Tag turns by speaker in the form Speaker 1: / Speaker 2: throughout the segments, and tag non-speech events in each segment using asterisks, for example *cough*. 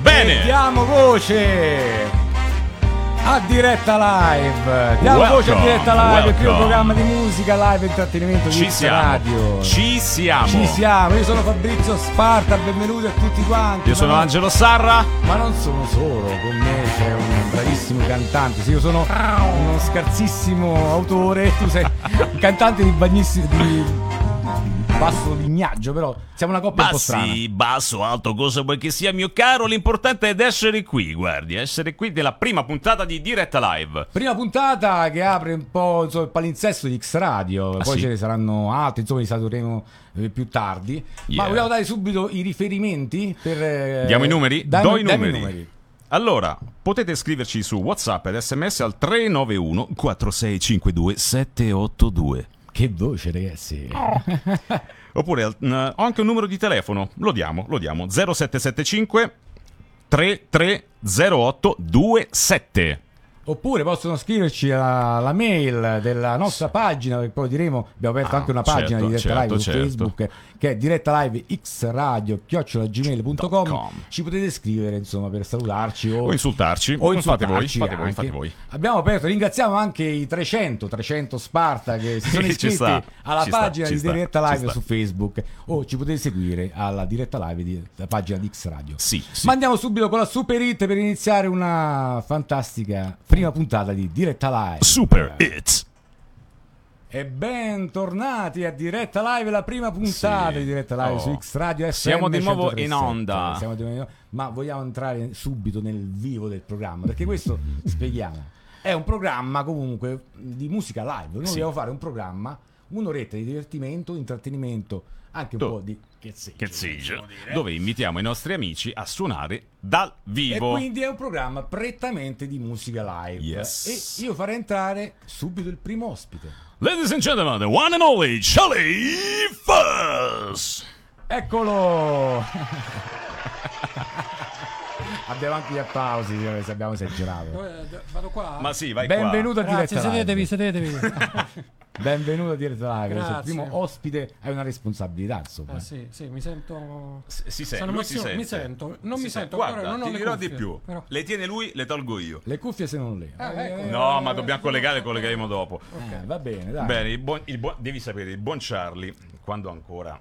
Speaker 1: Bene.
Speaker 2: Eh, Diamo voce a diretta live. Diamo
Speaker 1: Welcome,
Speaker 2: voce a diretta live. Qui è un
Speaker 1: welcome.
Speaker 2: programma di musica, live, intrattenimento,
Speaker 1: Ci
Speaker 2: Mix
Speaker 1: siamo.
Speaker 2: radio.
Speaker 1: Ci siamo.
Speaker 2: Ci siamo. Io sono Fabrizio Sparta. Benvenuti a tutti quanti.
Speaker 1: Io
Speaker 2: Ma
Speaker 1: sono
Speaker 2: non-
Speaker 1: Angelo Sarra.
Speaker 2: Ma non sono solo. Con me c'è un bravissimo cantante. Sì, io sono uno scarsissimo autore. Tu sei un cantante di bagnissimo. Di... Basso lignaggio, però siamo una coppia un po' strana.
Speaker 1: Bassi, basso, alto, cosa vuoi che sia, mio caro. L'importante è essere qui, guardi. Essere qui della prima puntata di diretta live.
Speaker 2: Prima puntata che apre un po' insomma, il palinsesto di X Radio,
Speaker 1: Ah,
Speaker 2: poi
Speaker 1: sì?
Speaker 2: ce ne saranno altre, insomma li satureremo eh, più tardi. Ma
Speaker 1: Yeah.
Speaker 2: vogliamo dare subito i riferimenti per... eh,
Speaker 1: Diamo i numeri?
Speaker 2: dai-
Speaker 1: Do i
Speaker 2: diamo
Speaker 1: numeri. Allora, potete scriverci su WhatsApp ed sms al 391 4652 782.
Speaker 2: Che voce ragazzi.
Speaker 1: Oppure al- n- ho anche un numero di telefono, lo diamo, lo diamo, 0775 330827.
Speaker 2: *laughs* Oppure possono scriverci alla mail della nostra pagina, che poi diremo, abbiamo aperto
Speaker 1: Ah,
Speaker 2: anche una pagina
Speaker 1: certo,
Speaker 2: di diretta
Speaker 1: certo,
Speaker 2: live su
Speaker 1: certo.
Speaker 2: Facebook, eh, che è diretta live xradio,
Speaker 1: com.
Speaker 2: ci potete scrivere insomma per salutarci o
Speaker 1: O insultarci,
Speaker 2: o
Speaker 1: fate voi,
Speaker 2: insultarci
Speaker 1: fate voi,
Speaker 2: anche.
Speaker 1: fate voi.
Speaker 2: Abbiamo aperto, ringraziamo anche i 300, 300 Sparta che
Speaker 1: *laughs*
Speaker 2: si sono
Speaker 1: Ci
Speaker 2: iscritti
Speaker 1: sta,
Speaker 2: alla
Speaker 1: ci sta,
Speaker 2: pagina
Speaker 1: ci
Speaker 2: di
Speaker 1: sta,
Speaker 2: diretta
Speaker 1: ci
Speaker 2: live
Speaker 1: sta.
Speaker 2: su Facebook o ci potete seguire alla diretta live di, la pagina di X Radio.
Speaker 1: Sì, sì.
Speaker 2: Ma andiamo subito con la super hit per iniziare una fantastica prima puntata di diretta live.
Speaker 1: Super
Speaker 3: Eh.
Speaker 1: Hits.
Speaker 2: E bentornati a diretta live, la prima puntata
Speaker 1: Sì.
Speaker 2: di diretta live
Speaker 1: Oh.
Speaker 2: su X Radio.
Speaker 1: Siamo di nuovo in onda.
Speaker 2: Siamo di nuovo in onda. Ma vogliamo entrare subito nel vivo del programma
Speaker 1: *laughs*
Speaker 2: perché questo spieghiamo. È un programma comunque di musica live. Noi vogliamo fare un programma, un'oretta di divertimento, intrattenimento, anche un
Speaker 1: Tu-
Speaker 2: po' di chezzeggio.
Speaker 1: Che zig,
Speaker 2: possiamo dire.
Speaker 1: dove invitiamo i nostri amici a suonare dal
Speaker 2: E
Speaker 1: vivo.
Speaker 2: quindi è un programma prettamente di musica live.
Speaker 1: Yes.
Speaker 2: E io farei entrare subito il primo ospite.
Speaker 1: Ladies and gentlemen, the one and only Charlie Fuss.
Speaker 2: Eccolo! *laughs* abbiamo anche gli applausi eh, se abbiamo esagerato.
Speaker 3: Eh, Vado qua.
Speaker 1: Ma sì, vai
Speaker 2: Benvenuto a
Speaker 3: Grazie,
Speaker 2: Diretta
Speaker 3: sedetevi,
Speaker 2: Live.
Speaker 3: sedetevi.
Speaker 1: *laughs*
Speaker 2: Benvenuto a Diretta Live. Sei il
Speaker 3: Grazie.
Speaker 2: primo ospite hai una responsabilità, insomma.
Speaker 3: Eh, sì, sì, mi sento.
Speaker 1: qua. Si sente,
Speaker 3: Sono
Speaker 1: lui si
Speaker 3: emozio-
Speaker 1: sente.
Speaker 3: mi sento, non
Speaker 1: Si sente.
Speaker 3: mi sento
Speaker 1: Guarda,
Speaker 3: ancora, non ho
Speaker 1: ti
Speaker 3: le
Speaker 1: dirò di
Speaker 3: cuffie,
Speaker 1: più.
Speaker 3: però.
Speaker 1: Le tiene lui, le tolgo io.
Speaker 2: Le cuffie se non le.
Speaker 3: Ah,
Speaker 1: Eh,
Speaker 3: ecco.
Speaker 1: No, ma dobbiamo collegare, collegheremo dopo.
Speaker 2: Eh, va bene, dai.
Speaker 1: Bene, il buon- il buon- devi sapere, il buon Charlie, quando ancora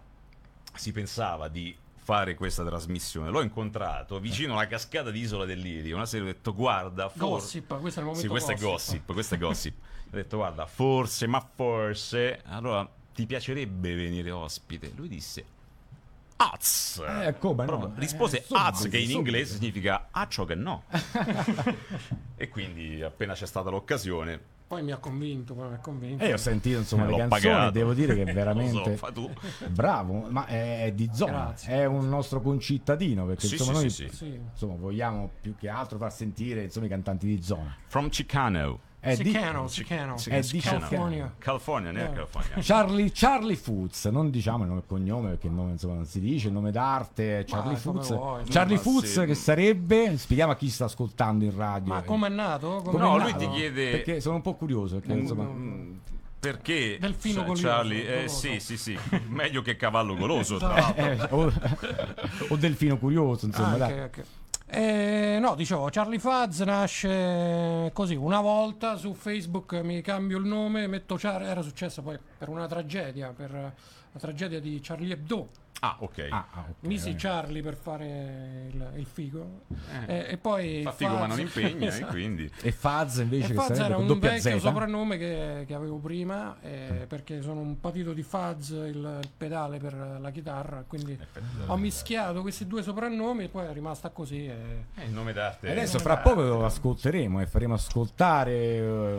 Speaker 1: si pensava di fare questa trasmissione, l'ho incontrato vicino alla cascata di Isola dell'Iri. Una sera ho detto, guarda, forse...
Speaker 3: Gossip, questo è il momento.
Speaker 1: Sì, questo è gossip,
Speaker 2: *laughs*
Speaker 1: questo è gossip. ho detto, guarda, forse, ma forse... Allora, ti piacerebbe venire ospite? Lui disse... Az!
Speaker 2: Eh, come no?
Speaker 1: Proprio rispose
Speaker 2: Eh, subito,
Speaker 1: Az, che in
Speaker 2: subito.
Speaker 1: inglese significa a ciò che
Speaker 2: *laughs*
Speaker 1: no. e quindi, appena c'è stata l'occasione,
Speaker 3: Poi mi ha convinto, poi mi ha convinto.
Speaker 1: Eh,
Speaker 2: E Eh, ho sentito insomma
Speaker 1: Me
Speaker 2: le
Speaker 1: l'ho
Speaker 2: canzoni,
Speaker 1: pagato.
Speaker 2: devo dire che è
Speaker 1: *laughs* Lo so,
Speaker 2: veramente
Speaker 1: fa tu.
Speaker 2: bravo, ma è di zona,
Speaker 3: Grazie.
Speaker 2: è un nostro concittadino perché
Speaker 1: Sì,
Speaker 2: insomma
Speaker 1: sì,
Speaker 2: noi
Speaker 1: sì, sì.
Speaker 3: Sì.
Speaker 2: insomma, vogliamo più che altro far sentire insomma, i cantanti di zona.
Speaker 1: From Chicano.
Speaker 2: È di-
Speaker 3: Chicano, Chicano.
Speaker 1: eh, Sì,
Speaker 2: è di
Speaker 1: Chicano.
Speaker 3: Ah.
Speaker 2: California.
Speaker 1: California, né?
Speaker 3: No.
Speaker 2: *laughs*
Speaker 1: California.
Speaker 2: Charlie, Charlie Foods, non diciamo il nome e il cognome perché il nome insomma non si dice, il nome d'arte è Charlie
Speaker 3: Ma come
Speaker 2: Foods.
Speaker 3: vuoi,
Speaker 2: Charlie
Speaker 1: ma
Speaker 2: Foods
Speaker 1: sì.
Speaker 2: che sarebbe, spieghiamo a chi sta ascoltando in radio.
Speaker 3: Ma Eh, com'è nato? Com'è
Speaker 1: No,
Speaker 3: nato?
Speaker 1: lui ti chiede
Speaker 2: Perché sono un po' curioso, perché,
Speaker 1: Mm,
Speaker 2: insomma,
Speaker 1: mm, perché
Speaker 3: Delfino
Speaker 1: Sa-
Speaker 3: goloso,
Speaker 1: Charlie, eh,
Speaker 3: goloso.
Speaker 1: sì, sì, sì, meglio che cavallo goloso. tra l'altro.
Speaker 2: eh, o, *laughs* o delfino curioso, insomma,
Speaker 3: Ah,
Speaker 2: dai.
Speaker 3: ok, ok. Eh, no, dicevo, Charlie Faz nasce così una volta su Facebook, mi cambio il nome, metto Char- era successo poi per una tragedia, per la tragedia di Charlie Hebdo.
Speaker 1: Ah, ok.
Speaker 2: Ah, ah, ok,
Speaker 3: Misi
Speaker 2: vabbè.
Speaker 3: Charlie per fare il, il figo
Speaker 1: Eh,
Speaker 3: Eh, e poi
Speaker 1: fa figo ma
Speaker 3: Faz-
Speaker 1: non
Speaker 3: *laughs*
Speaker 1: impegna, eh,
Speaker 3: Esatto.
Speaker 1: quindi...
Speaker 2: E Faz invece
Speaker 3: E
Speaker 2: che
Speaker 3: Faz
Speaker 2: sarebbe
Speaker 3: era
Speaker 2: con
Speaker 3: un
Speaker 2: doppia
Speaker 3: vecchio
Speaker 2: Z.
Speaker 3: soprannome che, che avevo prima eh, perché sono un patito di Faz il, il pedale per la chitarra quindi ho mischiato questi due soprannomi e poi è rimasta così eh.
Speaker 1: Eh, il nome d'arte.
Speaker 2: E Adesso fra poco lo ascolteremo e faremo ascoltare eh,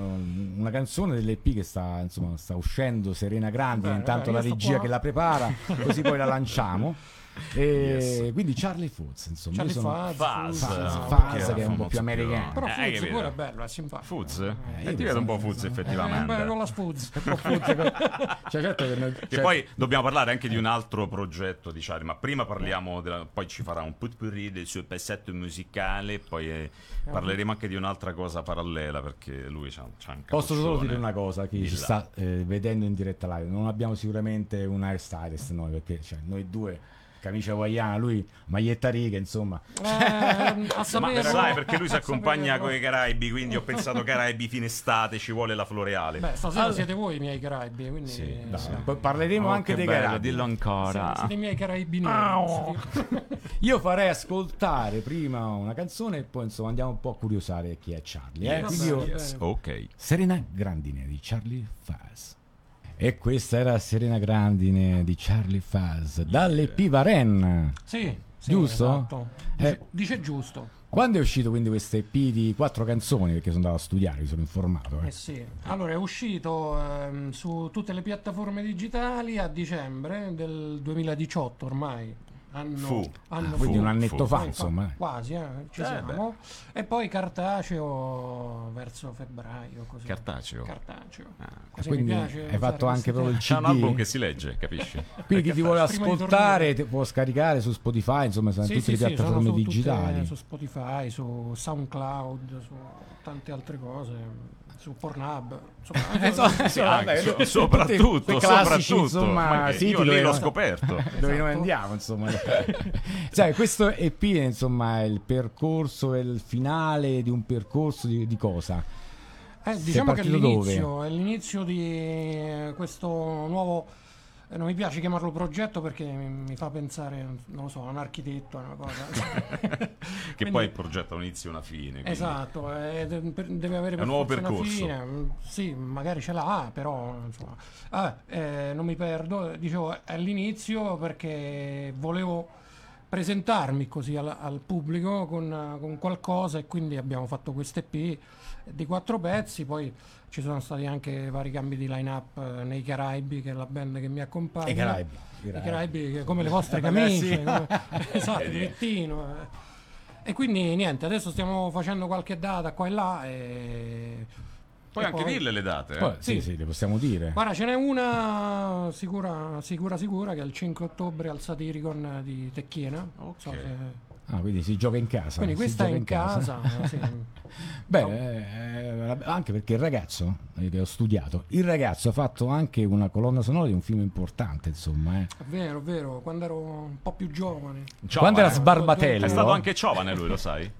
Speaker 2: una canzone dell'EP che sta, insomma, sta uscendo Serena Grandi,
Speaker 3: Bene,
Speaker 2: intanto
Speaker 3: bene,
Speaker 2: la
Speaker 3: io sto
Speaker 2: regia
Speaker 3: qua.
Speaker 2: che la prepara, così poi la lanciamo. E Quindi Charlie Foods, insomma,
Speaker 3: Charlie
Speaker 2: io sono-
Speaker 3: Faz
Speaker 1: Faz,
Speaker 3: Fuz,
Speaker 2: Faz,
Speaker 3: no,
Speaker 2: Faz,
Speaker 3: perché-
Speaker 2: che è un po' più americano.
Speaker 3: però
Speaker 1: Eh,
Speaker 3: Fuz
Speaker 1: capito.
Speaker 3: pure è bello è simpatico
Speaker 1: Fuzz?
Speaker 2: io
Speaker 1: Eh,
Speaker 2: mi
Speaker 1: diventa
Speaker 2: sono-
Speaker 1: un po' Fuzz
Speaker 3: Eh, beh,
Speaker 1: effettivamente.
Speaker 3: con
Speaker 1: *laughs*
Speaker 3: la Fuz
Speaker 2: Cioè, certo che noi-
Speaker 1: Che
Speaker 2: cioè-
Speaker 1: poi dobbiamo parlare anche di un altro progetto di Charlie, ma prima parliamo, della- poi ci farà un putpurri del suo passato musicale, poi eh,
Speaker 2: Ah.
Speaker 1: parleremo anche di un'altra cosa parallela perché lui c'ha, c'ha un
Speaker 2: Posso solo
Speaker 1: capoccione
Speaker 2: dire una cosa a chi
Speaker 1: di
Speaker 2: ci
Speaker 1: là.
Speaker 2: sta eh, vedendo in diretta live, non abbiamo sicuramente un hairstylist noi perché cioè, noi due camicia hawaiana, lui maglietta riga, insomma.
Speaker 3: Eh, a
Speaker 1: Ma
Speaker 3: saperlo-
Speaker 1: sai perché lui si
Speaker 3: a
Speaker 1: accompagna
Speaker 3: saperlo.
Speaker 1: con i Caraibi, quindi ho pensato Caraibi fine estate, ci vuole la floreale.
Speaker 3: Beh, stasera
Speaker 2: Allora-
Speaker 3: siete voi i miei Caraibi, quindi
Speaker 1: Sì,
Speaker 2: Dai,
Speaker 1: sì.
Speaker 2: poi Parleremo
Speaker 1: Oh,
Speaker 2: anche
Speaker 1: che
Speaker 2: dei
Speaker 1: bello,
Speaker 2: Caraibi.
Speaker 1: Dillo ancora.
Speaker 3: siete i miei
Speaker 2: Au.
Speaker 3: Caraibi.
Speaker 2: Io farei ascoltare prima una canzone e poi insomma andiamo un po' a curiosare chi è Charlie. Eh?
Speaker 3: Yes,
Speaker 2: Quindi io-
Speaker 3: yes.
Speaker 1: Ok.
Speaker 2: Serena Grandine di Charlie Faz. E questa era Serena Grandine di Charlie Faz dalle Pivaren.
Speaker 3: Sì, sì,
Speaker 2: Giusto?
Speaker 3: esatto. Dice,
Speaker 2: Eh.
Speaker 3: dice giusto.
Speaker 2: Quando è uscito quindi questo EP di quattro canzoni? Perché sono andato a studiare, mi sono informato. eh.
Speaker 3: Eh sì. Allora, è uscito ehm, su tutte le piattaforme digitali a dicembre del 2018 ormai. Anno,
Speaker 1: Fu.
Speaker 3: anno
Speaker 2: Ah, quindi un
Speaker 3: fu.
Speaker 1: fu.
Speaker 2: annetto
Speaker 3: Eh,
Speaker 2: fa,
Speaker 3: fa-
Speaker 2: insomma. eh.
Speaker 3: Quasi, eh, ci
Speaker 1: Eh,
Speaker 3: siamo. E poi cartaceo verso febbraio. Così.
Speaker 1: Cartaceo? Ah.
Speaker 3: Cartaceo. Così mi
Speaker 2: Quindi
Speaker 3: piace
Speaker 2: hai
Speaker 3: usare
Speaker 2: fatto anche
Speaker 3: questi
Speaker 2: proprio il
Speaker 3: termini.
Speaker 1: C'è un album che
Speaker 2: CD.
Speaker 1: si legge, capisci?
Speaker 2: *laughs* Quindi chi ti vuole
Speaker 3: Prima di
Speaker 2: ascoltare
Speaker 3: dormire.
Speaker 2: ti può scaricare su Spotify, insomma, sono
Speaker 3: Sì,
Speaker 2: tutte
Speaker 3: sì,
Speaker 2: le
Speaker 3: sì, sono
Speaker 2: piattaforme
Speaker 3: su tutte-
Speaker 2: digitali.
Speaker 3: su Spotify, su SoundCloud, su tante altre cose, su Pornhub.
Speaker 2: *laughs*
Speaker 3: Insomma,
Speaker 2: Insomma,
Speaker 1: Eh, Sì,
Speaker 2: insomma,
Speaker 1: anche,
Speaker 2: vabbè,
Speaker 1: so-
Speaker 2: tutti- tutti
Speaker 1: soprattutto,
Speaker 2: i classici,
Speaker 1: soprattutto.
Speaker 2: insomma,
Speaker 1: Ma che-
Speaker 2: siti
Speaker 1: io lì
Speaker 2: dove-
Speaker 1: l'ho
Speaker 2: *laughs*
Speaker 1: scoperto.
Speaker 2: dove noi
Speaker 3: Esatto.
Speaker 2: andiamo *laughs* insomma Sai, Cioè, questo EP insomma è il percorso è il finale di un percorso di, di cosa
Speaker 3: Eh,
Speaker 2: Sei
Speaker 3: diciamo che è
Speaker 2: partito dove?
Speaker 3: l'inizio, è l'inizio di eh, questo nuovo. eh, Non mi piace chiamarlo progetto perché mi, mi fa pensare, non lo so, a un architetto, a una cosa.
Speaker 2: *laughs*
Speaker 1: Che
Speaker 3: Quindi-
Speaker 1: poi il progetto ha un inizio e una fine. quindi-
Speaker 3: Esatto, eh, de- per- deve avere
Speaker 1: È
Speaker 3: per
Speaker 1: un nuovo
Speaker 3: forza una
Speaker 1: percorso.
Speaker 3: fine. Mm, Sì, magari ce l'ha, però insomma. Ah, eh, non mi perdo, eh, dicevo eh, all'inizio perché volevo presentarmi così al, al pubblico con, eh, con qualcosa e quindi abbiamo fatto queste EP di quattro pezzi, poi ci sono stati anche vari cambi di line-up eh, nei Caraibi, che è la band che mi accompagna.
Speaker 2: i Caraibi
Speaker 3: Ah,
Speaker 2: Eh,
Speaker 3: I Caraibi che- come
Speaker 2: *laughs*
Speaker 3: le vostre
Speaker 2: Ragazzi.
Speaker 3: camicie, come- *laughs* esatto,
Speaker 1: Eh,
Speaker 3: il
Speaker 1: sì.
Speaker 3: lettino. eh. E quindi niente, adesso stiamo facendo qualche data qua e là. E...
Speaker 1: Puoi
Speaker 3: e
Speaker 1: anche
Speaker 3: poi-
Speaker 1: dirle le date. eh.
Speaker 2: Poi, sì
Speaker 3: Sì.
Speaker 2: sì le possiamo dire
Speaker 3: Guarda, ce n'è una sicura, sicura, sicura che è il 5 ottobre al Satiricon di Tecchiena. Non so
Speaker 1: Ok.
Speaker 3: se-
Speaker 2: ah, quindi si gioca in casa
Speaker 3: Quindi
Speaker 2: si
Speaker 3: questa è
Speaker 2: gioca
Speaker 3: in casa.
Speaker 2: *laughs*
Speaker 3: sì.
Speaker 2: Bene, eh, anche perché il ragazzo eh, che ho studiato, il ragazzo ha fatto anche una colonna sonora di un film importante, insomma. eh.
Speaker 3: È vero, è vero, quando ero un po' più giovane.
Speaker 1: Giovane.
Speaker 2: Quando era
Speaker 1: È
Speaker 2: sbarbatello,
Speaker 1: stato anche giovane lui, lo sai?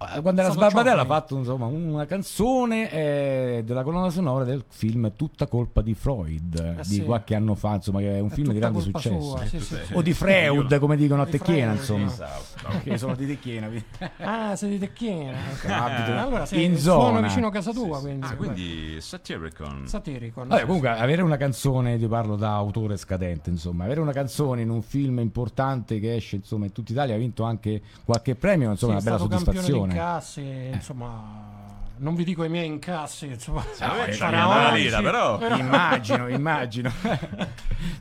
Speaker 2: Eh, Quando era
Speaker 3: Stato
Speaker 2: Sbarbatella ha
Speaker 3: Ciofani.
Speaker 2: fatto insomma, una canzone eh, della colonna sonora del film Tutta colpa di Freud eh, di
Speaker 3: sì.
Speaker 2: qualche anno fa, insomma, che è un
Speaker 3: È
Speaker 2: film di
Speaker 3: tutta
Speaker 2: grande
Speaker 3: colpa
Speaker 2: successo.
Speaker 3: sua, sì, sì.
Speaker 2: O di Freud, come dicono a
Speaker 3: Di
Speaker 2: Tecchiena,
Speaker 3: Freud,
Speaker 2: insomma.
Speaker 3: sì.
Speaker 1: Esatto.
Speaker 2: Che sono di Tecchiena,
Speaker 3: *laughs*
Speaker 2: quindi.
Speaker 3: Ah, sei di Tecchiena. ok.
Speaker 2: abito
Speaker 3: Allora sei
Speaker 2: in
Speaker 3: sono
Speaker 2: zona.
Speaker 3: vicino a casa tua, quindi.
Speaker 1: Ah, quindi Satyricon.
Speaker 3: Satiricon.
Speaker 2: Vabbè, comunque avere una canzone, io parlo da autore scadente, insomma, avere una canzone in un film importante che esce insomma in tutta Italia, ha vinto anche qualche premio, insomma, una
Speaker 3: sì, è
Speaker 2: bella
Speaker 3: stato campione di
Speaker 2: soddisfazione. Eh.
Speaker 3: incassi, insomma, non vi dico i miei incassi, insomma,
Speaker 1: Ah,
Speaker 2: eh,
Speaker 1: ci
Speaker 2: sarà
Speaker 1: abbiamo una
Speaker 2: oggi.
Speaker 1: lira, però.
Speaker 2: *laughs* Immagino,
Speaker 3: *laughs*
Speaker 2: immagino. Sai,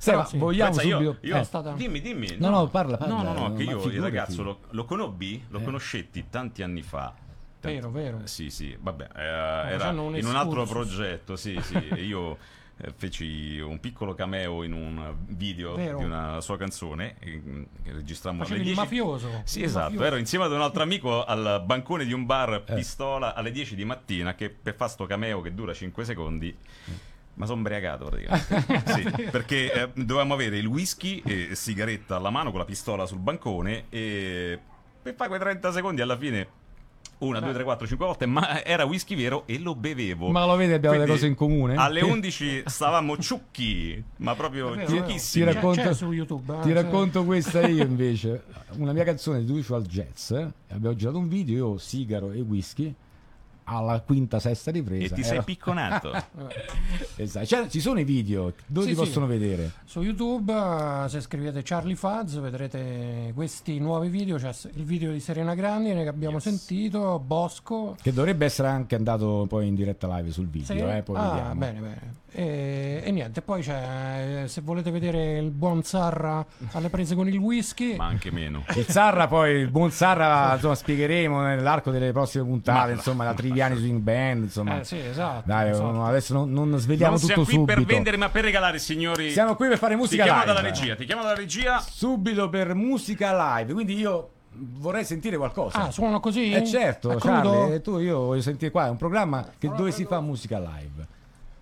Speaker 3: Però
Speaker 2: ma
Speaker 3: sì.
Speaker 2: vogliamo
Speaker 1: Pensa, io-
Speaker 2: subito
Speaker 1: io-
Speaker 3: Eh, stata-
Speaker 1: Dimmi, dimmi.
Speaker 2: No, no, parla, parla,
Speaker 1: No, no, no,
Speaker 2: no,
Speaker 1: che
Speaker 2: ma
Speaker 1: io
Speaker 2: figurati.
Speaker 1: il ragazzo lo, lo conobbi, lo conoscetti tanti anni fa. Tanti-
Speaker 3: Vero, vero.
Speaker 1: Sì, sì, vabbè, eh, era
Speaker 3: facendo un
Speaker 1: in un altro
Speaker 3: excursus.
Speaker 1: progetto, sì, sì, e io eh, feci un piccolo cameo in un video
Speaker 3: Vero.
Speaker 1: di una sua canzone eh, che registrammo alle
Speaker 3: facevi il
Speaker 1: 10.
Speaker 3: mafioso.
Speaker 1: Sì,
Speaker 3: il
Speaker 1: esatto,
Speaker 3: mafioso.
Speaker 1: ero insieme ad un altro amico al bancone di un bar
Speaker 2: Eh.
Speaker 1: pistola alle 10 di mattina che per fa sto cameo che dura 5 secondi.
Speaker 2: Mm.
Speaker 1: Ma sono ubriacato
Speaker 2: *laughs*
Speaker 1: praticamente. Sì, perché eh, dovevamo avere il whisky e sigaretta alla mano con la pistola sul bancone e per fare quei 30 secondi alla fine una, due, tre, quattro, cinque volte, ma era whisky vero e lo bevevo.
Speaker 2: Ma lo vedi, abbiamo delle
Speaker 1: Quindi,
Speaker 2: cose in comune?
Speaker 1: Alle
Speaker 2: *laughs*
Speaker 1: 11 stavamo ciucchi, ma proprio
Speaker 3: Vabbè, vabbè.
Speaker 2: Ti
Speaker 1: ciucchissimi.
Speaker 3: C'è-
Speaker 2: racconto,
Speaker 3: c'è su YouTube, eh,
Speaker 2: ti
Speaker 3: sì.
Speaker 2: racconto questa io invece. Una mia canzone di Dual Jazz. eh, Abbiamo girato un video, io, sigaro e whisky. Alla quinta, sesta
Speaker 1: E
Speaker 2: ripresa.
Speaker 1: ti sei
Speaker 2: Era-
Speaker 1: picconato.
Speaker 2: *laughs*
Speaker 3: Eh,
Speaker 2: Esatto. Cioè, ci sono i video dove
Speaker 3: Sì,
Speaker 2: ti
Speaker 3: sì.
Speaker 2: possono vedere.
Speaker 3: Su YouTube, eh, se scrivete Charlie Fuzz, vedrete questi nuovi video, c'è il video di Serena Grandine che abbiamo sentito, Bosco.
Speaker 2: Che dovrebbe essere anche andato poi in diretta live sul video.
Speaker 3: Sì?
Speaker 2: eh, poi
Speaker 3: ah,
Speaker 2: vediamo.
Speaker 3: bene, bene. E, e niente, poi c'è, eh, se volete vedere il buon Sarra alle prese con il whisky,
Speaker 1: ma anche meno.
Speaker 2: Il Sarra poi, il buon Sarra, insomma, spiegheremo nell'arco delle prossime puntate,
Speaker 1: Ma-
Speaker 2: insomma, la Triviani Swing Band, insomma.
Speaker 3: eh, sì, esatto.
Speaker 2: Dai,
Speaker 3: esatto.
Speaker 2: no, adesso non, non sveliamo
Speaker 1: non
Speaker 2: tutto
Speaker 1: siamo qui
Speaker 2: subito.
Speaker 1: per vendere, ma per regalare, signori.
Speaker 2: Siamo qui per fare
Speaker 1: ti
Speaker 2: musica
Speaker 1: chiamo
Speaker 2: live.
Speaker 1: dalla regia, ti chiamo dalla regia.
Speaker 2: Subito per musica live, quindi io vorrei sentire qualcosa.
Speaker 3: Ah, suono così?
Speaker 2: Eh certo,
Speaker 3: A crudo?
Speaker 2: Charlie, tu io voglio sentire qua, è un programma che dove si fa musica live.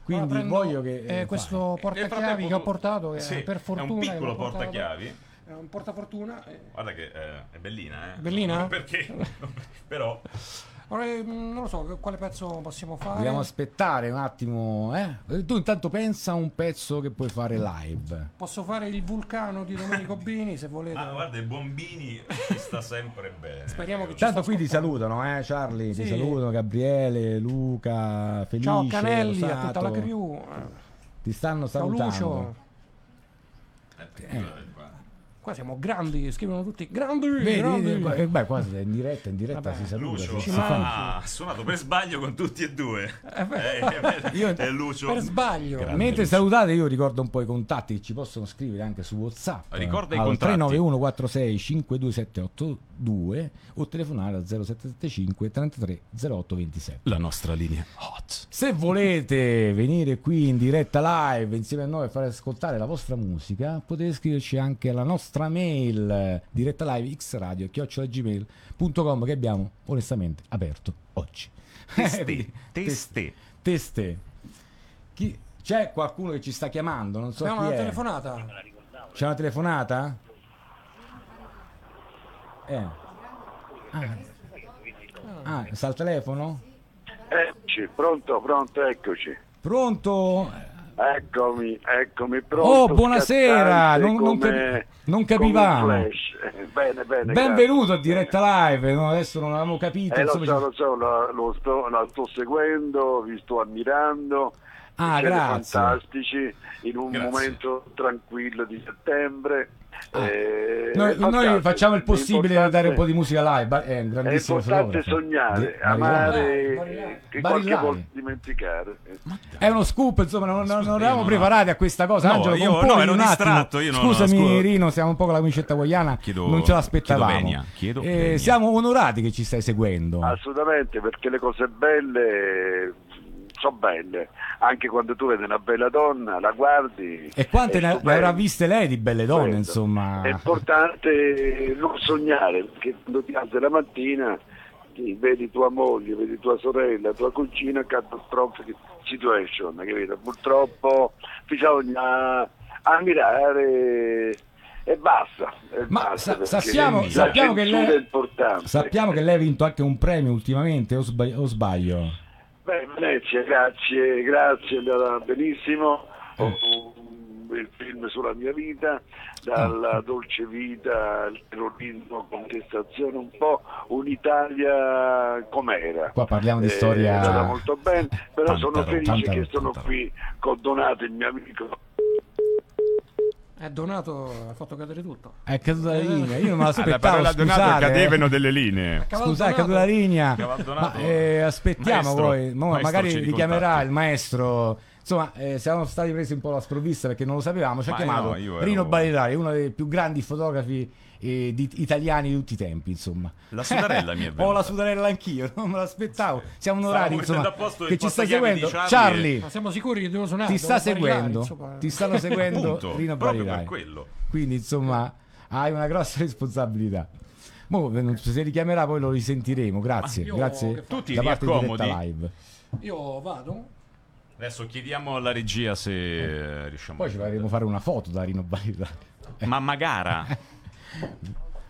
Speaker 2: Quindi
Speaker 3: Ora prendo,
Speaker 2: voglio che
Speaker 3: eh, questo
Speaker 1: Nel
Speaker 3: portachiavi
Speaker 1: frattempo
Speaker 3: che ho
Speaker 1: tu-
Speaker 3: portato, che
Speaker 1: Sì,
Speaker 3: per fortuna
Speaker 1: è un
Speaker 3: che
Speaker 1: piccolo
Speaker 3: l'ho portato.
Speaker 1: portachiavi.
Speaker 3: è un portafortuna. eh.
Speaker 1: Guarda che eh, è bellina, eh.
Speaker 3: Bellina?
Speaker 1: *laughs* Perché? Però
Speaker 3: Vorrei- mm, non lo so, che- quale pezzo possiamo fare?
Speaker 2: Dobbiamo aspettare un attimo, eh? Tu intanto pensa a un pezzo che puoi fare live.
Speaker 3: Posso fare il vulcano
Speaker 2: *laughs*
Speaker 3: di Domenico Bini se volete.
Speaker 1: Ah, guarda, i bombini ci sta sempre bene.
Speaker 3: Speriamo che ci
Speaker 2: Tanto
Speaker 3: sta
Speaker 2: qui ti salutano, eh, Charlie, ti
Speaker 3: Sì.
Speaker 2: salutano Gabriele, Luca, Felice,
Speaker 3: Ciao Canelli, a tutta la
Speaker 2: Rosato.
Speaker 3: crew. eh,
Speaker 2: Ti stanno
Speaker 3: Ciao
Speaker 2: salutando.
Speaker 3: Lucio.
Speaker 1: eh,
Speaker 3: eh. Qua siamo grandi, scrivono tutti grandi,
Speaker 2: Vedi,
Speaker 3: grandi.
Speaker 2: vedi, eh, beh, quasi è in diretta, in diretta
Speaker 3: Vabbè.
Speaker 2: si saluta.
Speaker 1: Lucio
Speaker 2: si- si fa-
Speaker 1: ah, ha suonato per sbaglio con tutti e due. Eh,
Speaker 3: *laughs*
Speaker 2: Io-
Speaker 1: è Lucio.
Speaker 3: Eh, per sbaglio.
Speaker 1: Grande.
Speaker 2: Mentre salutate io ricordo un po' i contatti che ci possono scrivere anche su Whatsapp.
Speaker 1: Ricorda i
Speaker 2: al
Speaker 1: contratti.
Speaker 2: 39146 52782 o telefonare al 0775 33 08 27.
Speaker 4: La nostra linea hot.
Speaker 2: Se volete venire qui in diretta live insieme a noi e far ascoltare la vostra musica, potete scriverci anche alla nostra mail eh, diretta live xradio chiocciolagmail.com che abbiamo onestamente aperto oggi. *laughs*
Speaker 1: Teste,
Speaker 2: Test-
Speaker 1: teste.
Speaker 2: teste. Chi- C'è qualcuno che ci sta chiamando, non so
Speaker 3: Abbiamo
Speaker 2: chi
Speaker 3: una
Speaker 2: è.
Speaker 3: telefonata.
Speaker 2: C'è una telefonata? Eh. Ah. Ah, sta al telefono?
Speaker 5: Eccoci, pronto, pronto, eccoci.
Speaker 2: Pronto?
Speaker 5: Eccomi, eccomi, pronto.
Speaker 2: Oh, buonasera,
Speaker 5: scattante
Speaker 2: non, non
Speaker 5: come-
Speaker 2: capi- non
Speaker 5: come un
Speaker 2: capivamo.
Speaker 5: flash. Eh, Bene, bene.
Speaker 2: Benvenuto a
Speaker 5: grazie.
Speaker 2: diretta live, no, adesso non avevamo capito.
Speaker 5: Eh, lo
Speaker 2: insomma,
Speaker 5: so,
Speaker 2: ci-
Speaker 5: lo so, lo, lo sto, la sto seguendo, vi sto ammirando.
Speaker 2: Ah,
Speaker 5: Siete
Speaker 2: grazie.
Speaker 5: fantastici, in un
Speaker 1: Grazie.
Speaker 5: momento tranquillo di settembre. Eh,
Speaker 2: Ah. Noi,
Speaker 5: è
Speaker 2: noi
Speaker 5: fantastico.
Speaker 2: facciamo il possibile per dare un po'
Speaker 5: L'importante-
Speaker 2: di musica live, Bar- è un
Speaker 5: È
Speaker 2: grandissimo
Speaker 5: importante
Speaker 2: fotografo.
Speaker 5: sognare,
Speaker 2: Di- Barillani.
Speaker 5: amare, eh,
Speaker 3: Barillani.
Speaker 5: che qualche
Speaker 2: Barillani.
Speaker 5: volta dimenticare.
Speaker 2: È uno scoop, insomma, non, non- non
Speaker 1: Scusi,
Speaker 2: eravamo
Speaker 1: no.
Speaker 2: preparati a questa cosa.
Speaker 1: No,
Speaker 2: Angelo,
Speaker 1: io-
Speaker 2: componi
Speaker 1: no, ero
Speaker 2: un attimo.
Speaker 1: distratto, io non-
Speaker 2: Scusami,
Speaker 1: scu-
Speaker 2: Rino, siamo un po' con la camicia hawaiana,
Speaker 1: Chiedo-
Speaker 2: non ce l'aspettavamo.
Speaker 1: chiedo venia, chiedo
Speaker 2: Eh,
Speaker 1: venia.
Speaker 2: siamo onorati che ci stai seguendo.
Speaker 5: Ah, Assolutamente, perché le cose belle sono belle, anche quando tu vedi una bella donna, la guardi.
Speaker 2: E quante
Speaker 5: è
Speaker 2: ne,
Speaker 5: stupendo.
Speaker 2: ne avrà viste lei di belle donne,
Speaker 5: Certo.
Speaker 2: insomma?
Speaker 5: È importante non sognare, perché quando ti alzi la mattina ti vedi tua moglie, vedi tua sorella, tua cugina, catastrofic situation, capito? Purtroppo bisogna ammirare e basta. e
Speaker 2: Ma
Speaker 5: basta,
Speaker 2: sa-
Speaker 5: Ah, perché
Speaker 2: sappiamo-
Speaker 5: la
Speaker 2: sappiamo che
Speaker 5: censura
Speaker 2: lei-
Speaker 5: è importante.
Speaker 2: Sappiamo che lei ha vinto anche un premio ultimamente, o, sba- o sbaglio?
Speaker 5: Beh, Venezia, grazie, grazie, è andata benissimo.
Speaker 2: Eh.
Speaker 5: Ho il film sulla mia vita,
Speaker 2: Ah.
Speaker 5: dalla dolce vita al terrorismo, contestazione, un po' un'Italia com'era.
Speaker 2: Qua parliamo di
Speaker 5: Eh,
Speaker 2: storia-
Speaker 5: è andata molto bene, però
Speaker 2: Tanta
Speaker 5: sono
Speaker 2: roba,
Speaker 5: felice
Speaker 2: tanta
Speaker 5: che
Speaker 2: roba,
Speaker 5: sono
Speaker 2: tanta
Speaker 5: qui con Donato, il mio amico.
Speaker 3: È donato, ha fatto cadere tutto.
Speaker 2: È caduta la linea, Eh, io non me
Speaker 4: Alla
Speaker 2: l'aspettavo.
Speaker 4: Ah, parola donata
Speaker 2: scusate, eh.
Speaker 4: cadevano delle linee.
Speaker 3: Cavallo
Speaker 2: Scusate, è caduta la
Speaker 3: donato.
Speaker 2: linea.
Speaker 1: Cavaldonato.
Speaker 2: Ma, eh, aspettiamo
Speaker 1: Maestro,
Speaker 2: poi, mo-
Speaker 1: maestro, ci
Speaker 2: magari richiamerà
Speaker 1: ricontatti.
Speaker 2: il maestro. Insomma, eh, siamo stati presi un po' alla sprovvista perché non lo sapevamo. Ci ha
Speaker 1: Ma
Speaker 2: chiamato
Speaker 1: no, io ero-
Speaker 2: Rino Barilari, uno dei più grandi fotografi eh, di- italiani di tutti i tempi. Insomma,
Speaker 1: La sudarella
Speaker 3: *laughs*
Speaker 1: mi è venuta.
Speaker 2: Ho la sudarella anch'io, *laughs* non me l'aspettavo.
Speaker 1: Stavo
Speaker 2: Siamo onorati
Speaker 1: mettendo
Speaker 2: insomma,
Speaker 1: a posto il
Speaker 2: che ci sta
Speaker 1: portachiavi di
Speaker 2: seguendo. Charlie,
Speaker 1: Charlie.
Speaker 3: Ma siamo sicuri che Eh, devo suonare?
Speaker 2: ti sta
Speaker 3: Devo sbagliare,
Speaker 2: seguendo.
Speaker 3: insomma.
Speaker 2: Ti
Speaker 3: *laughs*
Speaker 2: stanno seguendo
Speaker 1: Punto. Proprio
Speaker 2: Rino
Speaker 1: per
Speaker 2: Barilari.
Speaker 1: quello.
Speaker 2: Quindi insomma hai una grossa *laughs* responsabilità. Mo, non so se richiamerà poi lo risentiremo. Grazie,
Speaker 3: Ma Ah, io che
Speaker 2: grazie.
Speaker 3: faccio?
Speaker 1: Tutti
Speaker 2: da
Speaker 1: vi
Speaker 2: parte di diretta
Speaker 1: accomodi.
Speaker 2: live.
Speaker 3: Io vado.
Speaker 1: Adesso chiediamo alla regia se eh, riusciamo.
Speaker 2: Poi ci faremo fare una foto da Rino Barilari.
Speaker 1: Ma
Speaker 2: *laughs*
Speaker 1: magari.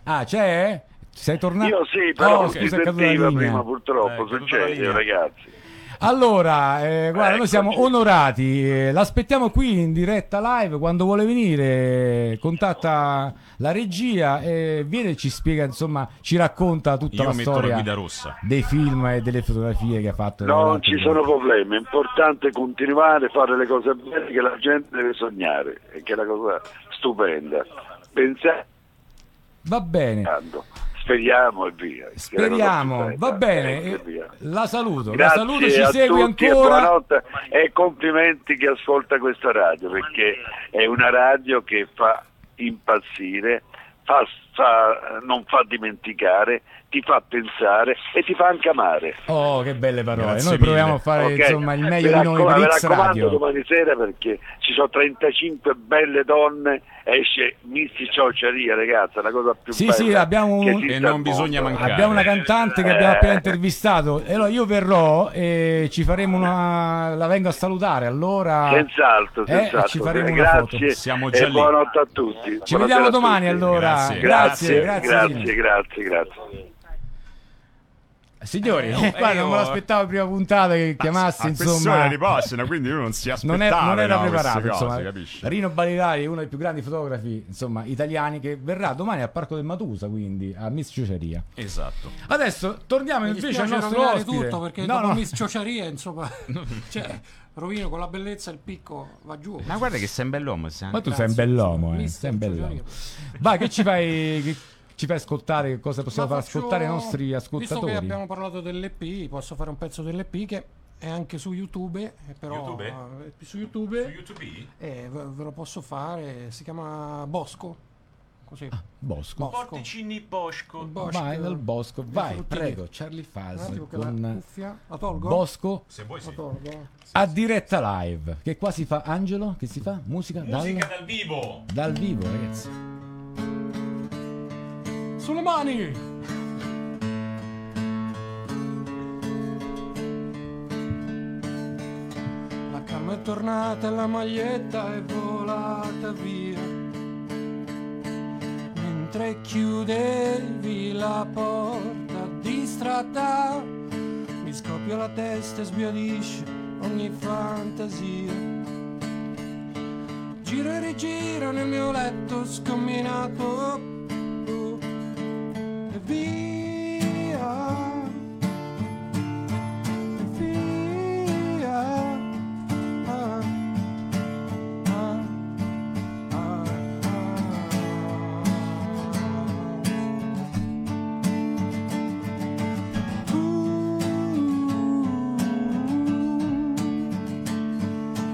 Speaker 2: Ah, c'è? Sei tornato?
Speaker 5: Io sì, però
Speaker 2: Oh,
Speaker 5: non
Speaker 2: scusa,
Speaker 5: si
Speaker 2: è caduta la
Speaker 5: sentiva
Speaker 2: linea.
Speaker 5: prima purtroppo,
Speaker 1: Eh, caduta la
Speaker 5: succede
Speaker 1: linea.
Speaker 5: ragazzi.
Speaker 2: Allora, eh, guarda, noi
Speaker 1: Ecco.
Speaker 5: Eccoci.
Speaker 2: siamo onorati. eh, L'aspettiamo qui in diretta live. Quando vuole venire, eh, contatta la regia e viene e ci spiega, insomma, ci racconta
Speaker 1: Io
Speaker 2: tutta la
Speaker 1: metto la
Speaker 2: storia
Speaker 1: guida rossa.
Speaker 2: dei film e delle fotografie che ha fatto.
Speaker 5: Non
Speaker 2: durante
Speaker 5: ci
Speaker 2: il-
Speaker 5: sono problemi, è importante continuare a fare le cose belle che la gente deve sognare, e che è la cosa stupenda. Pensando,
Speaker 2: Va bene.
Speaker 5: Ah, speriamo e via. che è la cosa
Speaker 2: Speriamo,
Speaker 5: stupenda,
Speaker 2: va bene.
Speaker 5: e
Speaker 2: eh,
Speaker 5: via.
Speaker 2: La saluto, la
Speaker 5: Grazie
Speaker 2: saluto, ci
Speaker 5: a
Speaker 2: segui
Speaker 5: tutti e
Speaker 2: ancora.
Speaker 5: buonanotte e complimenti chi ascolta questa radio perché è una radio che fa impazzire, fa fa- non fa dimenticare, ti fa pensare e ti fa anche amare.
Speaker 2: Oh, che belle parole.
Speaker 1: Grazie
Speaker 2: Noi proviamo
Speaker 1: mille.
Speaker 2: a fare
Speaker 5: Ok?
Speaker 2: insomma il meglio
Speaker 5: Mi
Speaker 2: di noi
Speaker 5: raccom-
Speaker 2: per
Speaker 5: Mi
Speaker 2: X
Speaker 5: raccomando
Speaker 2: Radio.
Speaker 5: domani sera perché ci sono 35 belle donne, esce Missi Ciociaria, ragazza, la cosa più
Speaker 2: Sì,
Speaker 5: bella.
Speaker 2: sì, abbiamo
Speaker 5: che
Speaker 2: un-
Speaker 5: esiste
Speaker 1: E
Speaker 5: al
Speaker 1: non
Speaker 5: mondo.
Speaker 1: bisogna mancare.
Speaker 2: Abbiamo una cantante che abbiamo
Speaker 5: Eh.
Speaker 2: appena intervistato. E allora io verrò e ci faremo una. La vengo a salutare. Allora.
Speaker 5: Senz'altro,
Speaker 2: Eh,
Speaker 5: senz'altro.
Speaker 2: ci faremo una foto.
Speaker 5: grazie
Speaker 1: Siamo già
Speaker 5: e
Speaker 1: lì.
Speaker 5: buonanotte a tutti.
Speaker 2: Ci vediamo domani allora.
Speaker 1: Grazie.
Speaker 2: Grazie, grazie.
Speaker 5: grazie,
Speaker 2: mille.
Speaker 5: grazie, grazie.
Speaker 2: Signori,
Speaker 1: Eh,
Speaker 2: guarda,
Speaker 1: io-
Speaker 2: non me l'aspettavo in prima puntata che chiamassi,
Speaker 4: a
Speaker 2: insomma.
Speaker 4: quest'ora riposano, quindi uno non si aspettava.
Speaker 2: *laughs* Non, è- non era
Speaker 4: no, queste
Speaker 2: preparato,
Speaker 4: cose,
Speaker 2: insomma.
Speaker 4: capisci?
Speaker 2: Rino Barilari è uno dei più grandi fotografi, insomma, italiani che verrà domani al Parco del Matusa, quindi a Miss Ciuceria.
Speaker 1: Esatto.
Speaker 2: Adesso torniamo
Speaker 3: Mi
Speaker 2: invece al
Speaker 3: dispiace
Speaker 2: nostro
Speaker 3: rovinare
Speaker 2: ospite.
Speaker 3: tutto perché
Speaker 2: No,
Speaker 3: dopo
Speaker 2: no.
Speaker 3: Miss
Speaker 2: *laughs*
Speaker 3: Ciociaria, insomma, cioè, rovino con la bellezza il picco va giù.
Speaker 1: Ma guarda che sei un bell'uomo, sai.
Speaker 2: Ma tu sei
Speaker 3: Grazie,
Speaker 2: un bell'uomo,
Speaker 3: insomma,
Speaker 2: eh.
Speaker 3: mister
Speaker 2: Sei un bell'uomo.
Speaker 3: Ciuceria.
Speaker 2: Vai, che ci fai che ci fai ascoltare che cosa possiamo
Speaker 3: Ma
Speaker 2: far
Speaker 3: faccio-
Speaker 2: ascoltare ai nostri
Speaker 3: Visto che
Speaker 2: ascoltatori?
Speaker 3: abbiamo parlato dell'EP, posso fare un pezzo dell'EP che è anche su YouTube, eh, però
Speaker 1: YouTube?
Speaker 3: eh, su YouTube,
Speaker 1: YouTube?
Speaker 3: eh, ve ve lo posso fare, si chiama Bosco. Così.
Speaker 2: Ah. Bosco.
Speaker 3: Bosco.
Speaker 1: Bosco.
Speaker 3: Bosco.
Speaker 2: Vai nel bosco, vai,
Speaker 3: frutti.
Speaker 2: prego, Charlie
Speaker 3: Un
Speaker 2: Faz
Speaker 3: attimo che la
Speaker 2: con
Speaker 3: cuffia la tolgo.
Speaker 2: Bosco
Speaker 1: Se vuoi
Speaker 3: La tolgo.
Speaker 2: a diretta live. Che qua si fa Angelo, che si fa musica, dal,
Speaker 1: dal vivo.
Speaker 2: dal vivo, ragazzi.
Speaker 3: Sulle mani! La calma è tornata e la maglietta è volata via. Mentre chiudevi la porta distratta, mi scoppia la testa e sbiadisce ogni fantasia. Giro e rigiro nel mio letto scombinato uh, e via, e via. Ah, ah, ah, ah. Uh,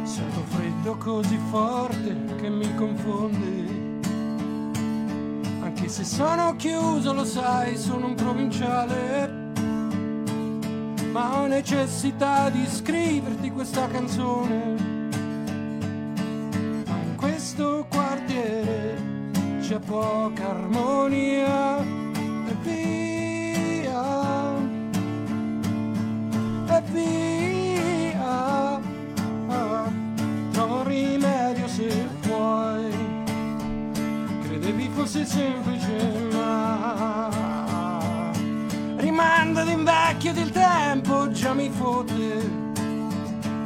Speaker 3: Sento freddo così forte che mi confonde. Anche se sono chiuso, lo sai, sono un provinciale. Ma ho necessità di scriverti questa canzone. Ma in questo quartiere c'è poca armonia. E via e via. Trovo un rimedio se puoi. Credevi fosse semplice, ma rimando d'invecchio del tempo già mi fotte.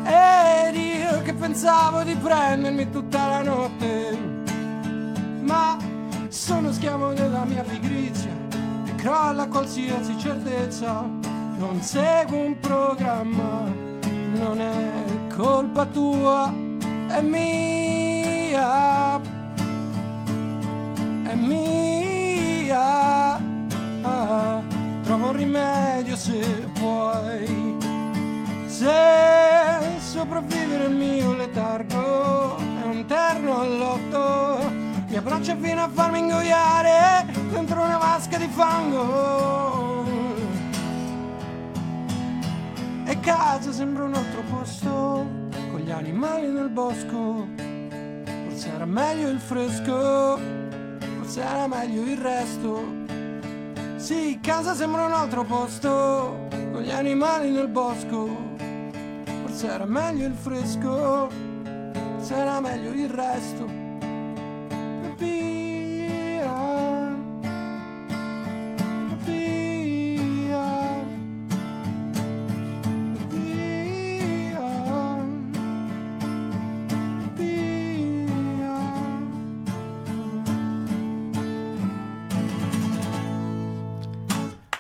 Speaker 3: Ed io che pensavo di prendermi tutta la notte ma sono schiavo della mia pigrizia e crolla qualsiasi certezza. Non seguo un programma, non è colpa tua, è mia, è mia. Ah, trovo un rimedio se puoi. Se sopravvivere il mio letargo è un terno all'otto, mi abbraccia fino a farmi ingoiare dentro una vasca di fango. E casa sembra un altro posto, con gli animali nel bosco. Forse era meglio il fresco, forse era meglio il resto. Sì, casa sembra un altro posto, con gli animali nel bosco. Forse era meglio il fresco, forse era meglio il resto. E via, e via, e via, e via.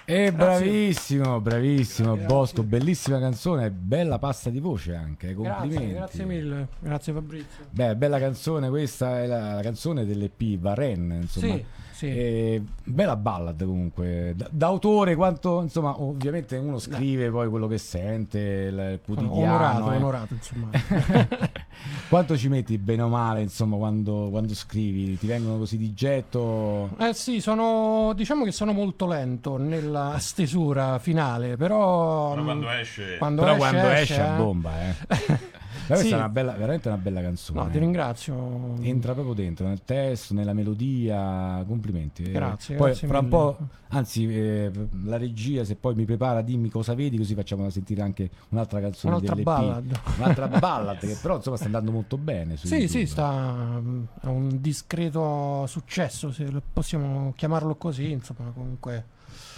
Speaker 2: E Eh,
Speaker 3: Eh, Grazie.
Speaker 2: bravissimo, bravissimo
Speaker 3: Grazie.
Speaker 2: Bosco, bellissima canzone, bella pasta di voce anche, complimenti.
Speaker 3: Grazie, grazie mille, grazie Fabrizio.
Speaker 2: Beh, bella canzone, questa è la, la canzone dell'EP Varenne, insomma.
Speaker 3: Sì, Sì.
Speaker 2: Eh, bella ballad comunque, da, da autore quanto, insomma, ovviamente uno scrive poi quello che sente, il il
Speaker 3: Sono
Speaker 2: quotidiano.
Speaker 3: onorato,
Speaker 2: eh.
Speaker 3: onorato, insomma.
Speaker 2: *laughs* Quanto ci metti bene o male, insomma, quando, quando scrivi? Ti vengono così di getto?
Speaker 3: Eh sì, sono, diciamo che sono molto lento nella *laughs* stesura finale, però... mm,
Speaker 1: Però
Speaker 3: mh,
Speaker 1: quando esce-
Speaker 3: quando
Speaker 2: Però
Speaker 3: esce,
Speaker 2: quando esce,
Speaker 3: eh.
Speaker 2: a bomba, eh. Ma questa
Speaker 3: Sì.
Speaker 2: è una bella, veramente una bella canzone.
Speaker 3: No, ti ringrazio.
Speaker 2: Entra proprio dentro nel testo, nella melodia. Complimenti. eh.
Speaker 3: Grazie,
Speaker 2: Poi
Speaker 3: grazie
Speaker 2: fra un
Speaker 3: mille.
Speaker 2: po', anzi, eh, la regia, se poi mi prepara, dimmi cosa vedi, così facciamo sentire anche un'altra canzone
Speaker 3: Un'altra
Speaker 2: dell'EP.
Speaker 3: ballad. *laughs*
Speaker 2: Un'altra ballad, che però insomma sta andando molto bene. su
Speaker 3: Sì,
Speaker 2: YouTube.
Speaker 3: sì, sta mh, a un discreto successo, se lo possiamo chiamarlo così, insomma, comunque...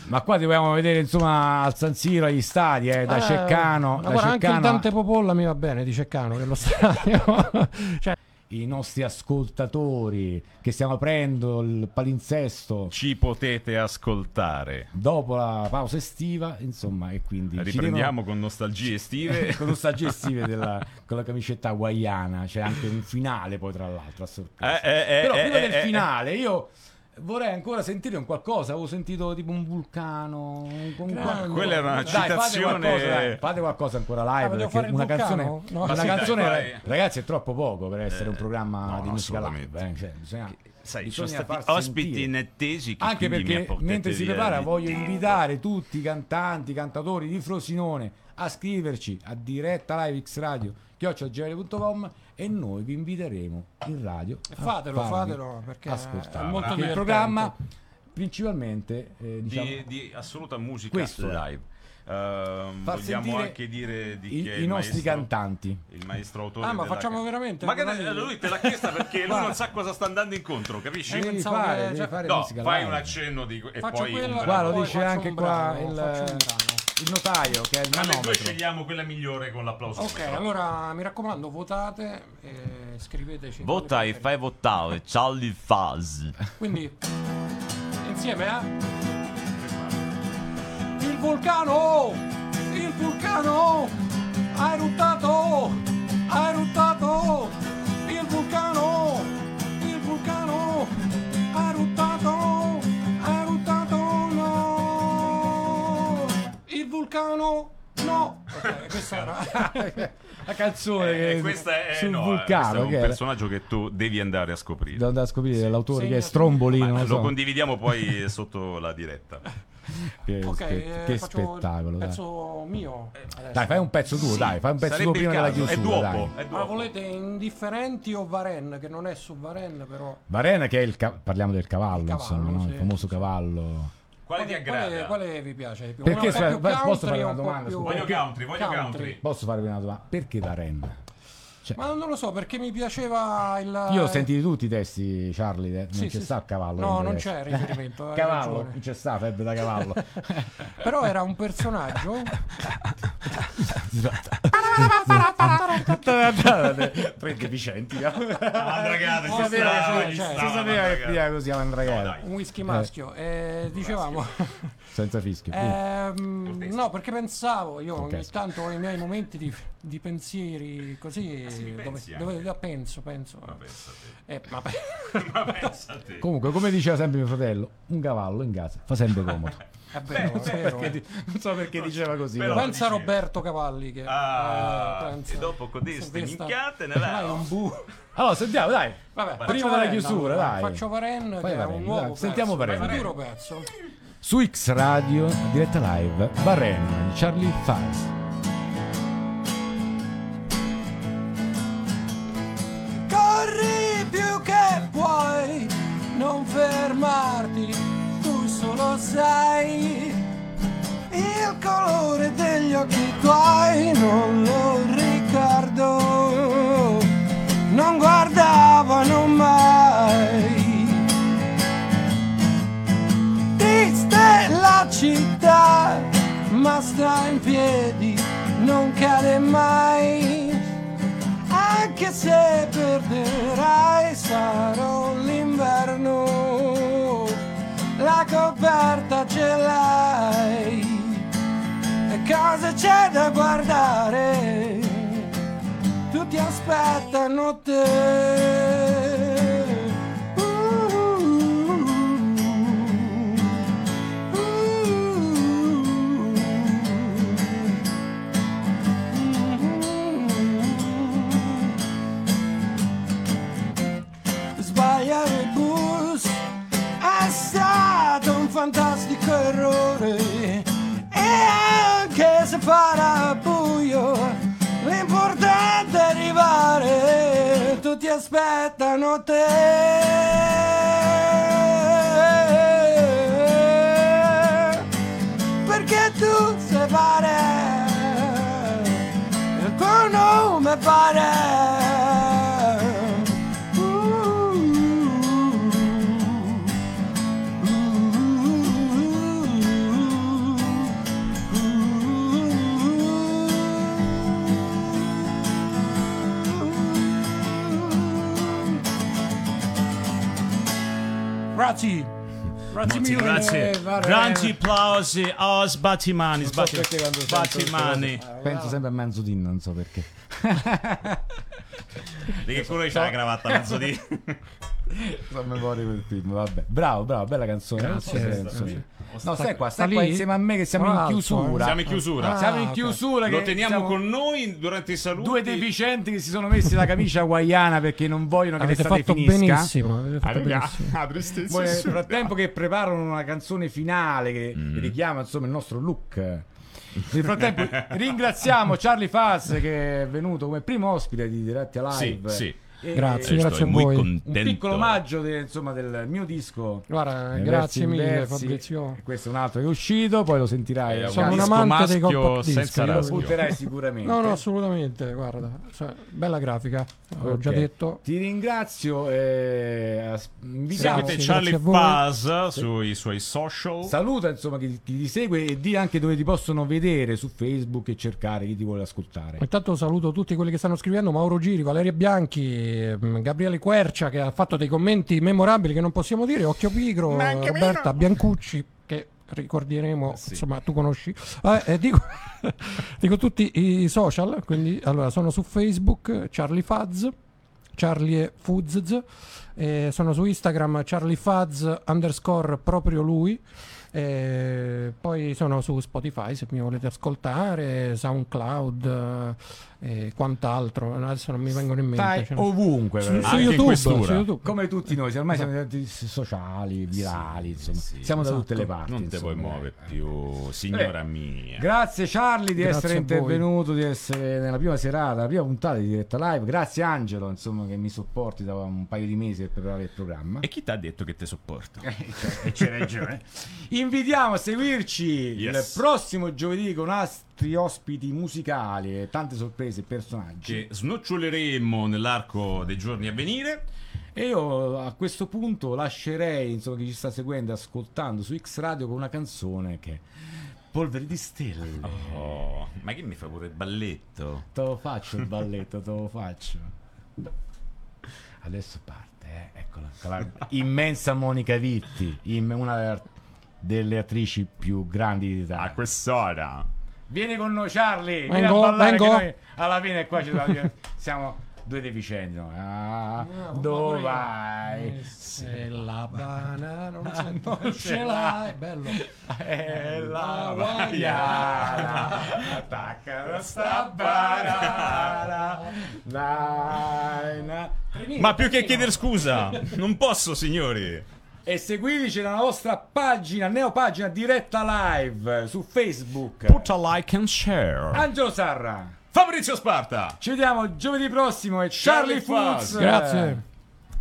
Speaker 2: Ma qua ti vogliamo vedere insomma al San Siro, agli stadi, eh, da
Speaker 3: Eh,
Speaker 2: Ceccano.
Speaker 3: ma
Speaker 2: da
Speaker 3: guarda, anche il
Speaker 2: Ceccano a-
Speaker 3: Dante Popolla mi va bene di Ceccano, che è lo stadio. *laughs* cioè,
Speaker 2: i nostri ascoltatori che stiamo aprendo il palinsesto
Speaker 1: Ci potete ascoltare.
Speaker 2: dopo la pausa estiva, insomma, e quindi ci
Speaker 1: Riprendiamo con nostalgie
Speaker 2: devono-
Speaker 1: estive.
Speaker 2: *laughs* con nostalgie estive della, con la camicetta hawaiana, c'è anche un finale poi tra l'altro a sorpresa.
Speaker 1: Eh, eh, eh,
Speaker 2: Però
Speaker 1: eh,
Speaker 2: prima
Speaker 1: eh,
Speaker 2: del
Speaker 1: eh,
Speaker 2: finale io vorrei ancora sentire un qualcosa, avevo sentito tipo un vulcano, un- un qualcosa.
Speaker 1: Quella era una
Speaker 2: Dai, fate
Speaker 1: citazione-
Speaker 2: qualcosa, dai, fate qualcosa ancora live
Speaker 3: Ah, voglio
Speaker 2: perché
Speaker 3: fare il
Speaker 2: una
Speaker 3: vulcano?
Speaker 2: canzone,
Speaker 3: No.
Speaker 2: una
Speaker 3: Ma sì,
Speaker 1: dai,
Speaker 2: canzone
Speaker 1: fai-
Speaker 2: ragazzi è troppo poco per essere un
Speaker 1: no,
Speaker 2: programma di
Speaker 1: no,
Speaker 2: musica
Speaker 1: assolutamente.
Speaker 2: live, eh, cioè, bisogna
Speaker 1: Sai,
Speaker 2: Bisogna
Speaker 1: sono stati
Speaker 2: far
Speaker 1: Ah, ospiti
Speaker 2: sentire.
Speaker 1: inattesi che
Speaker 2: anche
Speaker 1: quindi mi
Speaker 2: perché
Speaker 1: apportate
Speaker 2: mentre si
Speaker 1: via
Speaker 2: prepara
Speaker 1: di-
Speaker 2: voglio invitare tutti i cantanti, i cantatori di Frosinone a scriverci a diretta live x radio chiocciogmail.com e noi vi inviteremo in radio a
Speaker 3: Fatelo,
Speaker 2: farvi
Speaker 3: fatelo, perché
Speaker 2: ascoltare.
Speaker 3: è molto
Speaker 2: Perché il
Speaker 3: divertente.
Speaker 2: programma principalmente eh, diciamo,
Speaker 1: di, di assoluta musica
Speaker 2: Questo è.
Speaker 1: live. Ehm,
Speaker 2: Far
Speaker 1: vogliamo
Speaker 2: sentire
Speaker 1: anche dire di
Speaker 2: i,
Speaker 1: chi è
Speaker 2: i
Speaker 1: il
Speaker 2: nostri
Speaker 1: maestro-
Speaker 2: cantanti
Speaker 1: Il maestro autore.
Speaker 3: Ah, ma
Speaker 1: della-
Speaker 3: facciamo veramente?
Speaker 1: Ma che ne-
Speaker 3: Guarda lì.
Speaker 1: lui
Speaker 2: *laughs*
Speaker 1: te l'ha chiesta perché lui
Speaker 2: Guarda.
Speaker 1: non sa cosa sta andando incontro, capisci?
Speaker 3: Eh,
Speaker 2: devi
Speaker 3: pensavo
Speaker 2: fare,
Speaker 3: che-
Speaker 2: devi
Speaker 3: cioè-
Speaker 2: fare
Speaker 1: No,
Speaker 2: musica
Speaker 1: fai
Speaker 2: live.
Speaker 1: un accenno di e
Speaker 3: Faccio
Speaker 1: poi
Speaker 3: quella-
Speaker 1: un
Speaker 2: Qua
Speaker 1: brano.
Speaker 2: lo
Speaker 3: Poi
Speaker 2: dice
Speaker 3: faccio
Speaker 2: anche
Speaker 3: un
Speaker 2: qua
Speaker 3: brano,
Speaker 2: il,
Speaker 3: faccio un brano.
Speaker 2: il notaio che è il
Speaker 1: Tra le due
Speaker 2: manometro
Speaker 1: scegliamo quella migliore con l'applauso.
Speaker 3: Ok, allora mi raccomando, votate e scriveteci.
Speaker 1: Vota e fai votare, Charlie Faz.
Speaker 3: Quindi, insieme a... Il vulcano! Il vulcano! Ha eruttato! Ha eruttato! Il vulcano! Il vulcano! Ha eruttato! Ha eruttato! No! Il vulcano! No!
Speaker 2: *laughs*
Speaker 3: Ok, questo era...
Speaker 2: Eh, la canzone
Speaker 1: Eh,
Speaker 2: che-
Speaker 1: questa è,
Speaker 2: sul
Speaker 1: no, eh, questo è
Speaker 2: vulcano
Speaker 1: un
Speaker 2: che era-
Speaker 1: personaggio che tu devi andare a scoprire.
Speaker 2: devo andare a scoprire l'autore che è
Speaker 3: Segnati.
Speaker 2: Strombolino
Speaker 1: Ma
Speaker 2: non
Speaker 1: lo
Speaker 2: so.
Speaker 1: condividiamo poi
Speaker 2: *laughs*
Speaker 1: sotto la diretta.
Speaker 2: che,
Speaker 3: Ok,
Speaker 2: che-
Speaker 3: eh,
Speaker 2: che
Speaker 3: faccio
Speaker 2: spettacolo
Speaker 3: il
Speaker 2: dai.
Speaker 3: pezzo mio. adesso.
Speaker 2: Dai, fai un pezzo tuo, dai, fai un pezzo tuo
Speaker 1: Sarebbe il
Speaker 2: prima della
Speaker 1: caso. È
Speaker 2: chiusura,
Speaker 1: dopo.
Speaker 2: dai.
Speaker 1: È
Speaker 3: Ma
Speaker 1: dopo.
Speaker 3: volete indifferenti o Varen? Che non è su Varen, però.
Speaker 2: Varena che è il ca- parliamo del cavallo,
Speaker 3: Il cavallo,
Speaker 2: insomma, no?
Speaker 3: sì.
Speaker 2: il famoso cavallo.
Speaker 1: Quale ti aggrada?
Speaker 3: Quale, quale vi piace? di più?
Speaker 2: Perché,
Speaker 3: Una un po'
Speaker 2: scusa,
Speaker 3: più
Speaker 2: posso
Speaker 3: country
Speaker 2: fare
Speaker 3: o
Speaker 2: una
Speaker 3: un po'
Speaker 2: domanda
Speaker 3: più-
Speaker 2: su-
Speaker 1: Voglio country, voglio country.
Speaker 2: Posso farvi una domanda? Perché Varena? Cioè,
Speaker 3: Ma non lo so, perché mi piaceva il.
Speaker 2: io ho sentito tutti i testi, Charlie, eh, non
Speaker 3: Sì,
Speaker 2: c'è
Speaker 3: sì,
Speaker 2: sta
Speaker 3: sì.
Speaker 2: il cavallo.
Speaker 3: No,
Speaker 2: nel
Speaker 3: non
Speaker 2: testo.
Speaker 3: c'è riferimento,
Speaker 2: *laughs*
Speaker 3: hai
Speaker 2: cavallo,
Speaker 3: ragione.
Speaker 2: non c'è sta febbre da
Speaker 3: *laughs*
Speaker 2: cavallo.
Speaker 3: Però era un personaggio.
Speaker 2: Tre deficienti.
Speaker 1: Ah, ragazzi,
Speaker 3: Oh,
Speaker 1: si
Speaker 3: è vero,
Speaker 1: stava,
Speaker 3: sì,
Speaker 1: gli
Speaker 3: cioè, si
Speaker 1: stava,
Speaker 2: si sapeva che
Speaker 1: ragazzi.
Speaker 3: certo.
Speaker 2: prima così avevano ragazzi,
Speaker 3: un whisky maschio. Eh, dicevamo.
Speaker 2: senza fischio.
Speaker 3: Eh. ehm, no, perché pensavo io ogni
Speaker 2: Cortese.
Speaker 3: tanto ho i miei momenti di, di pensieri così. dove,
Speaker 1: Ah, pensi
Speaker 3: dove- da- penso, penso.
Speaker 1: Ma pensa a
Speaker 3: Eh, ma
Speaker 1: te. *laughs* Ma pensa a te.
Speaker 2: Comunque, come diceva sempre mio fratello, un cavallo in casa fa sempre comodo.
Speaker 3: è vero, Eh,
Speaker 1: Cioè,
Speaker 3: è *laughs* vero.
Speaker 2: Perché di- non so perché diceva così.
Speaker 1: Però-
Speaker 2: però.
Speaker 3: Pensa a
Speaker 1: dicevo.
Speaker 3: Roberto Cavalli che
Speaker 1: Ah,
Speaker 3: eh, pensa.
Speaker 1: e dopo codeste
Speaker 3: Questa-
Speaker 1: minchiate
Speaker 3: *laughs*
Speaker 1: ne
Speaker 3: Ormai
Speaker 1: la-
Speaker 3: è un bu.
Speaker 2: Allora, sentiamo, dai.
Speaker 3: Vabbè,
Speaker 2: Prima
Speaker 3: faccio
Speaker 2: della
Speaker 3: Varen,
Speaker 2: chiusura,
Speaker 3: allora.
Speaker 2: dai.
Speaker 3: Faccio Varen che
Speaker 2: Fai
Speaker 3: è
Speaker 2: Varen,
Speaker 3: un nuovo
Speaker 2: dai, sentiamo
Speaker 3: pezzo,
Speaker 2: Varen.
Speaker 3: un duro pezzo.
Speaker 2: Su X Radio, diretta live, Barren, Charlie Faz.
Speaker 3: Corri più che puoi, non fermarti, tu solo sai il colore degli occhi tuoi, non lo ricordo, non guardavano mai. Triste la città, ma sta in piedi, non cade mai anche se perderai sarò l'inverno la coperta ce l'hai e cosa c'è da guardare tutti Uh-huh. aspettano te Uh, uh, uh, uh. Uh-huh. fantastico errore e anche se farà buio l'importante è arrivare tutti aspettano te perché tu sei pare il tuo nome pare
Speaker 6: Grazie. Grazie
Speaker 7: Sì,
Speaker 6: mille.
Speaker 7: grazie.
Speaker 6: Vare-
Speaker 7: Grandi applausi a Sbattimani.
Speaker 2: Non so
Speaker 7: Sbatti-
Speaker 2: perché quando sento
Speaker 7: Sbattimani.
Speaker 2: queste cose- Penso sempre a Manzudin, non so perché.
Speaker 1: Di che colore c'ha la cravatta, mezzo
Speaker 2: *laughs*
Speaker 1: di... *laughs*
Speaker 2: Sono memoria quel film, vabbè. Bravo, bravo, bella canzone.
Speaker 6: Grazie,
Speaker 2: Grazie,
Speaker 6: grazie.
Speaker 2: canzone. No, stai qua, stai
Speaker 6: Sta
Speaker 2: qua
Speaker 6: lì?
Speaker 2: insieme a me che siamo
Speaker 6: Tra
Speaker 2: in
Speaker 6: l'altro,
Speaker 2: chiusura.
Speaker 1: eh. Siamo in chiusura.
Speaker 6: Ah,
Speaker 2: Siamo in
Speaker 6: ok.
Speaker 2: chiusura.
Speaker 1: Lo
Speaker 2: che
Speaker 1: teniamo
Speaker 2: siamo
Speaker 1: con noi durante i saluti.
Speaker 2: Due deficienti che si sono messi la camicia hawaiana perché non vogliono che
Speaker 6: Avete
Speaker 2: l'estate
Speaker 6: fatto
Speaker 2: finisca.
Speaker 6: benissimo. Avete fatto
Speaker 8: Ah,
Speaker 6: benissimo.
Speaker 1: *laughs*
Speaker 8: ah, tristezza
Speaker 2: Poi, nel
Speaker 8: assurda.
Speaker 2: frattempo che preparano una canzone finale che
Speaker 1: Mm.
Speaker 2: richiama insomma il nostro look. Nel frattempo ringraziamo Charlie Faz che è venuto come primo ospite di Diretti a
Speaker 1: Sì,
Speaker 2: Live.
Speaker 1: sì.
Speaker 2: E-
Speaker 6: Grazie,
Speaker 1: Eh,
Speaker 2: e-
Speaker 1: sto
Speaker 6: grazie a
Speaker 1: muy
Speaker 6: voi.
Speaker 2: Un
Speaker 1: contento.
Speaker 2: piccolo omaggio de- insomma, del mio disco. eh,
Speaker 6: Guarda,
Speaker 2: Versi
Speaker 6: grazie mille
Speaker 2: Inversi.
Speaker 6: Fabrizio.
Speaker 2: E Questo è un altro che è uscito, poi lo sentirai.
Speaker 1: Eh,
Speaker 2: a
Speaker 1: un
Speaker 6: Sono un
Speaker 2: caso.
Speaker 1: disco
Speaker 6: amante dei
Speaker 1: maschio
Speaker 6: compact disc,
Speaker 1: senza
Speaker 6: io lo
Speaker 1: raschio.
Speaker 6: dico.
Speaker 2: Butterai sicuramente.
Speaker 6: No, no, assolutamente, guarda, cioè, bella grafica, l'ho
Speaker 2: Ok.
Speaker 6: già detto.
Speaker 2: Ti ringrazio. E... as- Invitiamo.
Speaker 6: Sì,
Speaker 1: Seguite
Speaker 6: grazie
Speaker 1: Charlie
Speaker 6: a voi.
Speaker 1: Faz sui suoi social.
Speaker 2: Saluta insomma chi, chi ti segue e di anche dove ti possono vedere su Facebook e cercare chi ti vuole ascoltare.
Speaker 6: Intanto saluto tutti quelli che stanno scrivendo, Mauro Giri, Valeria Bianchi, ehm, Gabriele Quercia che ha fatto dei commenti memorabili che non possiamo dire, Occhio Pigro, Roberta Biancucci che ricorderemo, insomma tu conosci. Eh, eh, dico, *laughs* dico tutti i social, quindi allora sono su Facebook, Charlie Faz, Charlie Fuzz, eh, sono su Instagram Charlie Faz underscore proprio lui. E poi sono su Spotify se mi volete ascoltare, SoundCloud eh, e quant'altro. Adesso non mi vengono in mente.
Speaker 2: Stai
Speaker 6: cioè,
Speaker 2: ovunque,
Speaker 6: su,
Speaker 2: veramente. Ah,
Speaker 6: su
Speaker 1: Anche in
Speaker 6: YouTube, su
Speaker 1: questura.
Speaker 6: YouTube.
Speaker 2: come tutti noi, ormai siamo diventati sociali, virali, insomma,
Speaker 1: sì,
Speaker 2: siamo da
Speaker 6: esatto.
Speaker 2: tutte le parti.
Speaker 1: non te
Speaker 2: insomma.
Speaker 1: puoi muovere più, signora
Speaker 2: Eh,
Speaker 1: mia.
Speaker 2: Grazie Charlie di
Speaker 6: Grazie
Speaker 2: essere
Speaker 6: a voi.
Speaker 2: intervenuto, di essere nella prima serata, la prima puntata di diretta live. Grazie Angelo, insomma, che mi sopporti da un paio di mesi per preparare il programma.
Speaker 1: e chi ti ha detto che ti sopporto?
Speaker 2: Eh, E c'è ragione. Invitiamo a seguirci
Speaker 1: Yes.
Speaker 2: il prossimo giovedì con altri ospiti musicali e tante sorprese e personaggi.
Speaker 1: Che snoccioleremo nell'arco dei giorni a venire.
Speaker 2: E io a questo punto lascerei insomma, chi ci sta seguendo e ascoltando su X Radio con una canzone che è Polvere di stelle.
Speaker 1: Oh, ma che mi fa pure il balletto?
Speaker 2: Te lo faccio il balletto, te lo faccio. Adesso parte, eh, eccola. con la immensa Monica Vitti, im- una delle- delle attrici più grandi
Speaker 8: A
Speaker 2: d'Italia.
Speaker 8: quest'ora.
Speaker 2: Vieni con noi, Charlie. Vieni
Speaker 6: Vengo,
Speaker 2: a ballare. che
Speaker 6: vengo.
Speaker 2: noi alla fine, qua ci
Speaker 6: *laughs*
Speaker 2: dobbiamo- siamo due deficienti. no? eh, Ah, dove vai?
Speaker 6: Se Eh, la banana non, se- non ce l'hai, bello.
Speaker 2: Eh. È la guaiana. Attacca la stabbara. Dai, na.
Speaker 1: Ma più che chiedere scusa, non posso, signori.
Speaker 2: E seguiteci nella nostra pagina, neopagina diretta live su Facebook.
Speaker 1: Put a like and share.
Speaker 2: Angelo Sarra.
Speaker 1: Fabrizio Sparta.
Speaker 2: Ci vediamo giovedì prossimo e Charlie
Speaker 1: Charlie Fuzz.
Speaker 2: Fuzz.
Speaker 6: Grazie.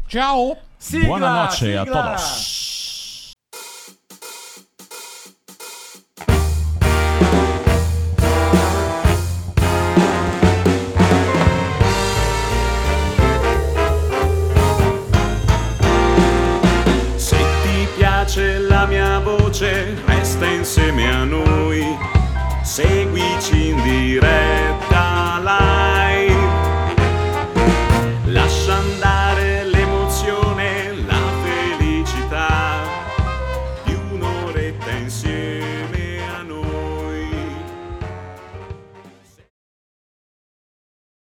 Speaker 6: Ciao.
Speaker 2: Sigla,
Speaker 1: Buonanotte a
Speaker 2: sigla.
Speaker 1: todos.
Speaker 9: Se ti piace la mia voce, resta insieme a noi. Seguici in diretta live. Lascia andare l'emozione, la felicità di un'oretta insieme.